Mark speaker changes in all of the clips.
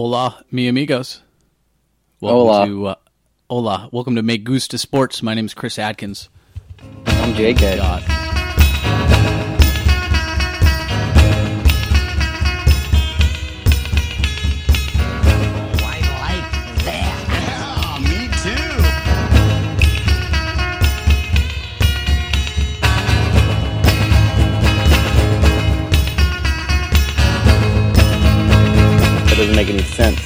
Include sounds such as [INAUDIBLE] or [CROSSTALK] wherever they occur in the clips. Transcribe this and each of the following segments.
Speaker 1: Hola, mi amigos. Welcome
Speaker 2: Hola.
Speaker 1: To, uh, hola. Welcome to Make Goose to Sports. My name is Chris Adkins.
Speaker 2: I'm JK.
Speaker 1: God.
Speaker 3: Yeah, me too.
Speaker 2: That doesn't make any sense.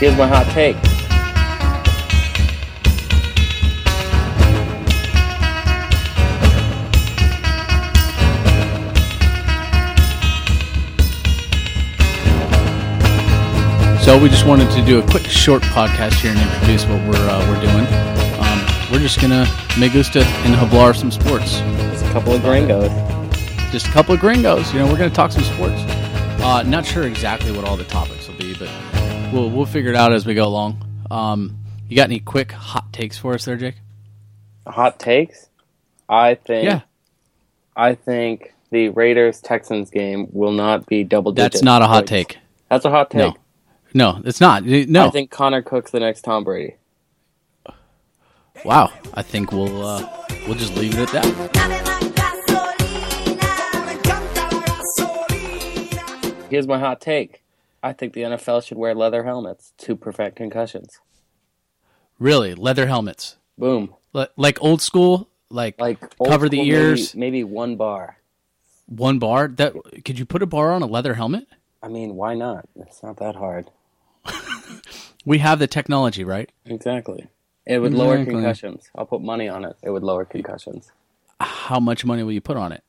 Speaker 2: Here's my hot take.
Speaker 1: So we just wanted to do a quick, short podcast here and introduce what we're uh, we're doing. Um, we're just gonna me gusta and hablar some sports.
Speaker 2: It's a couple of gringos.
Speaker 1: Just a couple of gringos. You know, we're gonna talk some sports. Uh, not sure exactly what all the topics will be, but we'll we'll figure it out as we go along. Um, you got any quick hot takes for us there, Jake?
Speaker 2: Hot takes? I think
Speaker 1: Yeah,
Speaker 2: I think the Raiders Texans game will not be double digits.
Speaker 1: that's not a hot
Speaker 2: points.
Speaker 1: take.
Speaker 2: That's a hot take.
Speaker 1: No, no, it's not. No,
Speaker 2: I think Connor Cook's the next Tom Brady.
Speaker 1: Wow, I think we'll uh, we'll just leave it at that.
Speaker 4: Dame más gasolina, me encanta la gasolina.
Speaker 2: Here's my hot take. I think the NFL should wear leather helmets to prevent concussions.
Speaker 1: Really, leather helmets,
Speaker 2: Boom.
Speaker 1: Li- like old school, like,
Speaker 2: Like old
Speaker 1: cover the
Speaker 2: school,
Speaker 1: ears,
Speaker 2: Maybe, maybe one bar.
Speaker 1: one bar. That could you put a bar on a leather helmet?
Speaker 2: I mean, why not? It's not that hard.
Speaker 1: We have the technology, right?
Speaker 2: Exactly. It would lower
Speaker 1: Exactly.
Speaker 2: concussions. I'll put money on it. It would lower concussions.
Speaker 1: How much money will you put on it?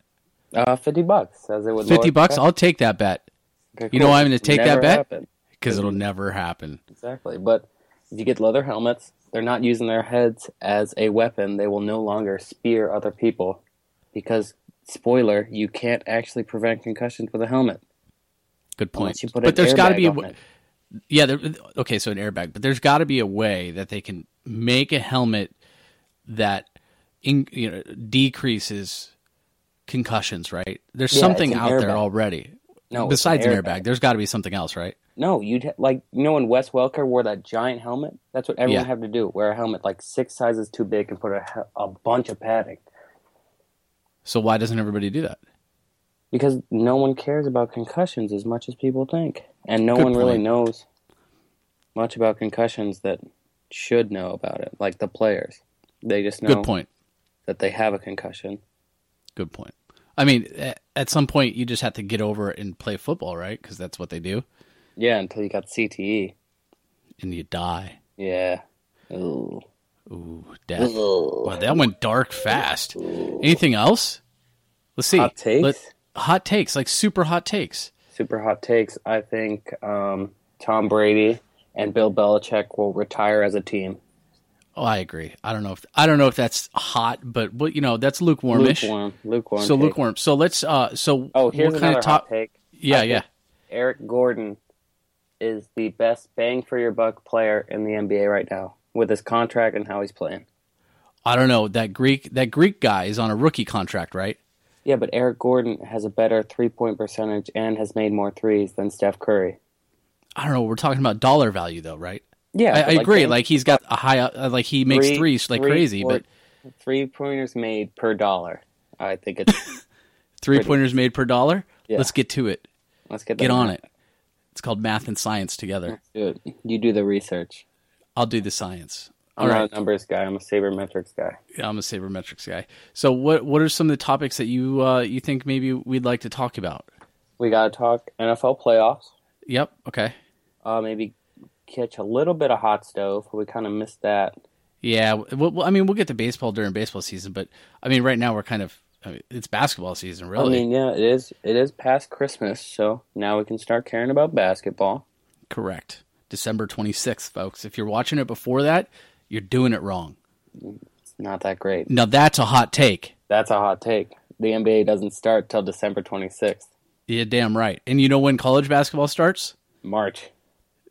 Speaker 2: Uh, fifty bucks says it would.
Speaker 1: Fifty
Speaker 2: lower
Speaker 1: bucks.
Speaker 2: concussions.
Speaker 1: I'll take that bet
Speaker 2: Okay,
Speaker 1: you know why I'm gonna take that
Speaker 2: Never
Speaker 1: bet?
Speaker 2: happened.
Speaker 1: because it'll never happen.
Speaker 2: Exactly. But if you get leather helmets, they're not using their heads as a weapon. They will no longer spear other people because spoiler, you can't actually prevent concussions with a helmet.
Speaker 1: Good point.
Speaker 2: Unless you put
Speaker 1: But
Speaker 2: an
Speaker 1: there's got to
Speaker 2: airbag
Speaker 1: be a
Speaker 2: on
Speaker 1: w-
Speaker 2: it.
Speaker 1: yeah. There, okay, so an airbag, but there's got to be a way that they can make a helmet that in, you know decreases concussions. Right? There's
Speaker 2: Yeah, it's
Speaker 1: something
Speaker 2: an
Speaker 1: out there
Speaker 2: airbag.
Speaker 1: already.
Speaker 2: No, it's
Speaker 1: besides an airbag, there's got to be something else, right?
Speaker 2: No, you'd ha- like you know when Wes Welker wore that giant helmet. That's what everyone
Speaker 1: Yeah.
Speaker 2: had to do: wear a helmet like six sizes too big and put a, he- a bunch of padding
Speaker 1: So why doesn't everybody do that?
Speaker 2: because no one cares about concussions as much as people think, and no
Speaker 1: Good
Speaker 2: one really
Speaker 1: point.
Speaker 2: knows much about concussions that should know about it, like the players. They just know
Speaker 1: Good point.
Speaker 2: that they have a concussion.
Speaker 1: Good point. I mean, a- at some point you just have to get over it and play football, right? Because that's what they do,
Speaker 2: Yeah, until you got CTE.
Speaker 1: and you die.
Speaker 2: Yeah. Ooh.
Speaker 1: Ooh, death. Wow, that went dark fast. Anything else? Let's see.
Speaker 2: Hot takes?
Speaker 1: hot takes, like super hot takes.
Speaker 2: super hot takes. I think um, Tom Brady and Bill Belichick will retire as a team.
Speaker 1: Oh, I agree. I don't know if I don't know if that's hot, but well, you know that's lukewarmish.
Speaker 2: Lukewarm, lukewarm.
Speaker 1: So
Speaker 2: take.
Speaker 1: lukewarm. So let's. uh So
Speaker 2: Oh, here's
Speaker 1: what kind
Speaker 2: another
Speaker 1: of top?
Speaker 2: hot take.
Speaker 1: Yeah,
Speaker 2: I
Speaker 1: yeah.
Speaker 2: think Eric Gordon is the best bang for your buck player in the NBA right now with his contract and how he's playing.
Speaker 1: I don't know that Greek. That Greek guy is on a rookie contract, right?
Speaker 2: Yeah, but Eric Gordon has a better three point percentage and has made more threes than Steph Curry.
Speaker 1: I don't know. We're talking about dollar value, though, right?
Speaker 2: Yeah,
Speaker 1: I, I
Speaker 2: but, like,
Speaker 1: agree.
Speaker 2: bang-
Speaker 1: Like he's got a high, uh, like he makes
Speaker 2: Three-
Speaker 1: threes like
Speaker 2: three
Speaker 1: crazy,
Speaker 2: point-
Speaker 1: but
Speaker 2: three pointers made per dollar. I
Speaker 1: [LAUGHS]
Speaker 2: think it's.
Speaker 1: three pointers made per dollar.
Speaker 2: Yeah.
Speaker 1: Let's get to it.
Speaker 2: let's get
Speaker 1: Get on it. It's called math and science together.
Speaker 2: Dude, you do the research.
Speaker 1: I'll do the science.
Speaker 2: I'm
Speaker 1: All
Speaker 2: not
Speaker 1: right,
Speaker 2: a numbers guy. I'm a sabermetrics guy.
Speaker 1: I'm a sabermetrics guy. So what what are some of the topics that you uh, you think maybe we'd like to talk about?
Speaker 2: We gotta talk NFL playoffs.
Speaker 1: Yep. Okay.
Speaker 2: Uh, maybe catch a little bit of hot stove. We kind of missed that.
Speaker 1: Yeah. Well, well, I mean, we'll get to baseball during baseball season, but I mean, right now we're kind of I mean, it's basketball season, really.
Speaker 2: I mean, yeah, it is. It is past Christmas, so now we can start caring about basketball.
Speaker 1: Correct. December 26th, folks. If you're watching it before that, you're doing it wrong.
Speaker 2: It's not that great.
Speaker 1: Now that's a hot take.
Speaker 2: That's a hot take. The NBA doesn't start till December 26th,
Speaker 1: You're damn right. And you know when college basketball starts?
Speaker 2: March.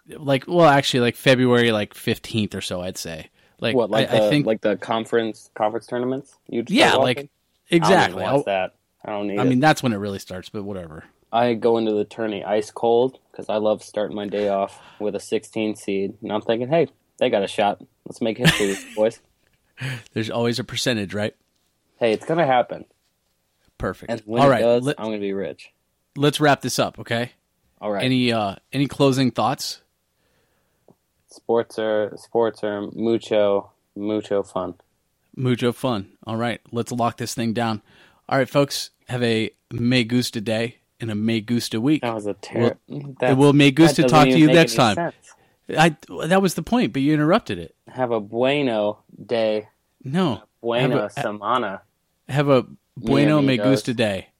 Speaker 1: like well actually like February like 15th or so I'd say. Like,
Speaker 2: what like
Speaker 1: I,
Speaker 2: the
Speaker 1: I think
Speaker 2: like the conference conference tournaments? You just
Speaker 1: yeah
Speaker 2: start
Speaker 1: like
Speaker 2: watching?
Speaker 1: exactly.
Speaker 2: I
Speaker 1: I,
Speaker 2: don't even watch that. I don't need.
Speaker 1: I
Speaker 2: it.
Speaker 1: mean that's when it really starts, but whatever.
Speaker 2: I go into the tourney ice cold because I love starting my day off with a 16 seed, and I'm thinking, hey, they got a shot. Let's make history, boys.
Speaker 1: There's always a percentage, right?
Speaker 2: Hey, it's gonna happen,
Speaker 1: Perfect.
Speaker 2: and when
Speaker 1: All
Speaker 2: it
Speaker 1: right,
Speaker 2: does,
Speaker 1: let,
Speaker 2: I'm gonna be rich.
Speaker 1: let's wrap this up, okay?
Speaker 2: All right.
Speaker 1: Any uh any closing thoughts?
Speaker 2: sports are sports are mucho mucho fun.
Speaker 1: Mucho fun. All right, let's lock this thing down. All right, folks, have a May Gusta day and a May Gusta week.
Speaker 2: That was a terrible.
Speaker 1: we'll make Goose to talk to you next time.
Speaker 2: Sense.
Speaker 1: I that was the point, but you interrupted it.
Speaker 2: Have a bueno day,
Speaker 1: No,
Speaker 2: bueno
Speaker 1: Have a-
Speaker 2: semana.
Speaker 1: have a bueno
Speaker 2: Yeah,
Speaker 1: May
Speaker 2: amigos.
Speaker 1: Gusta day.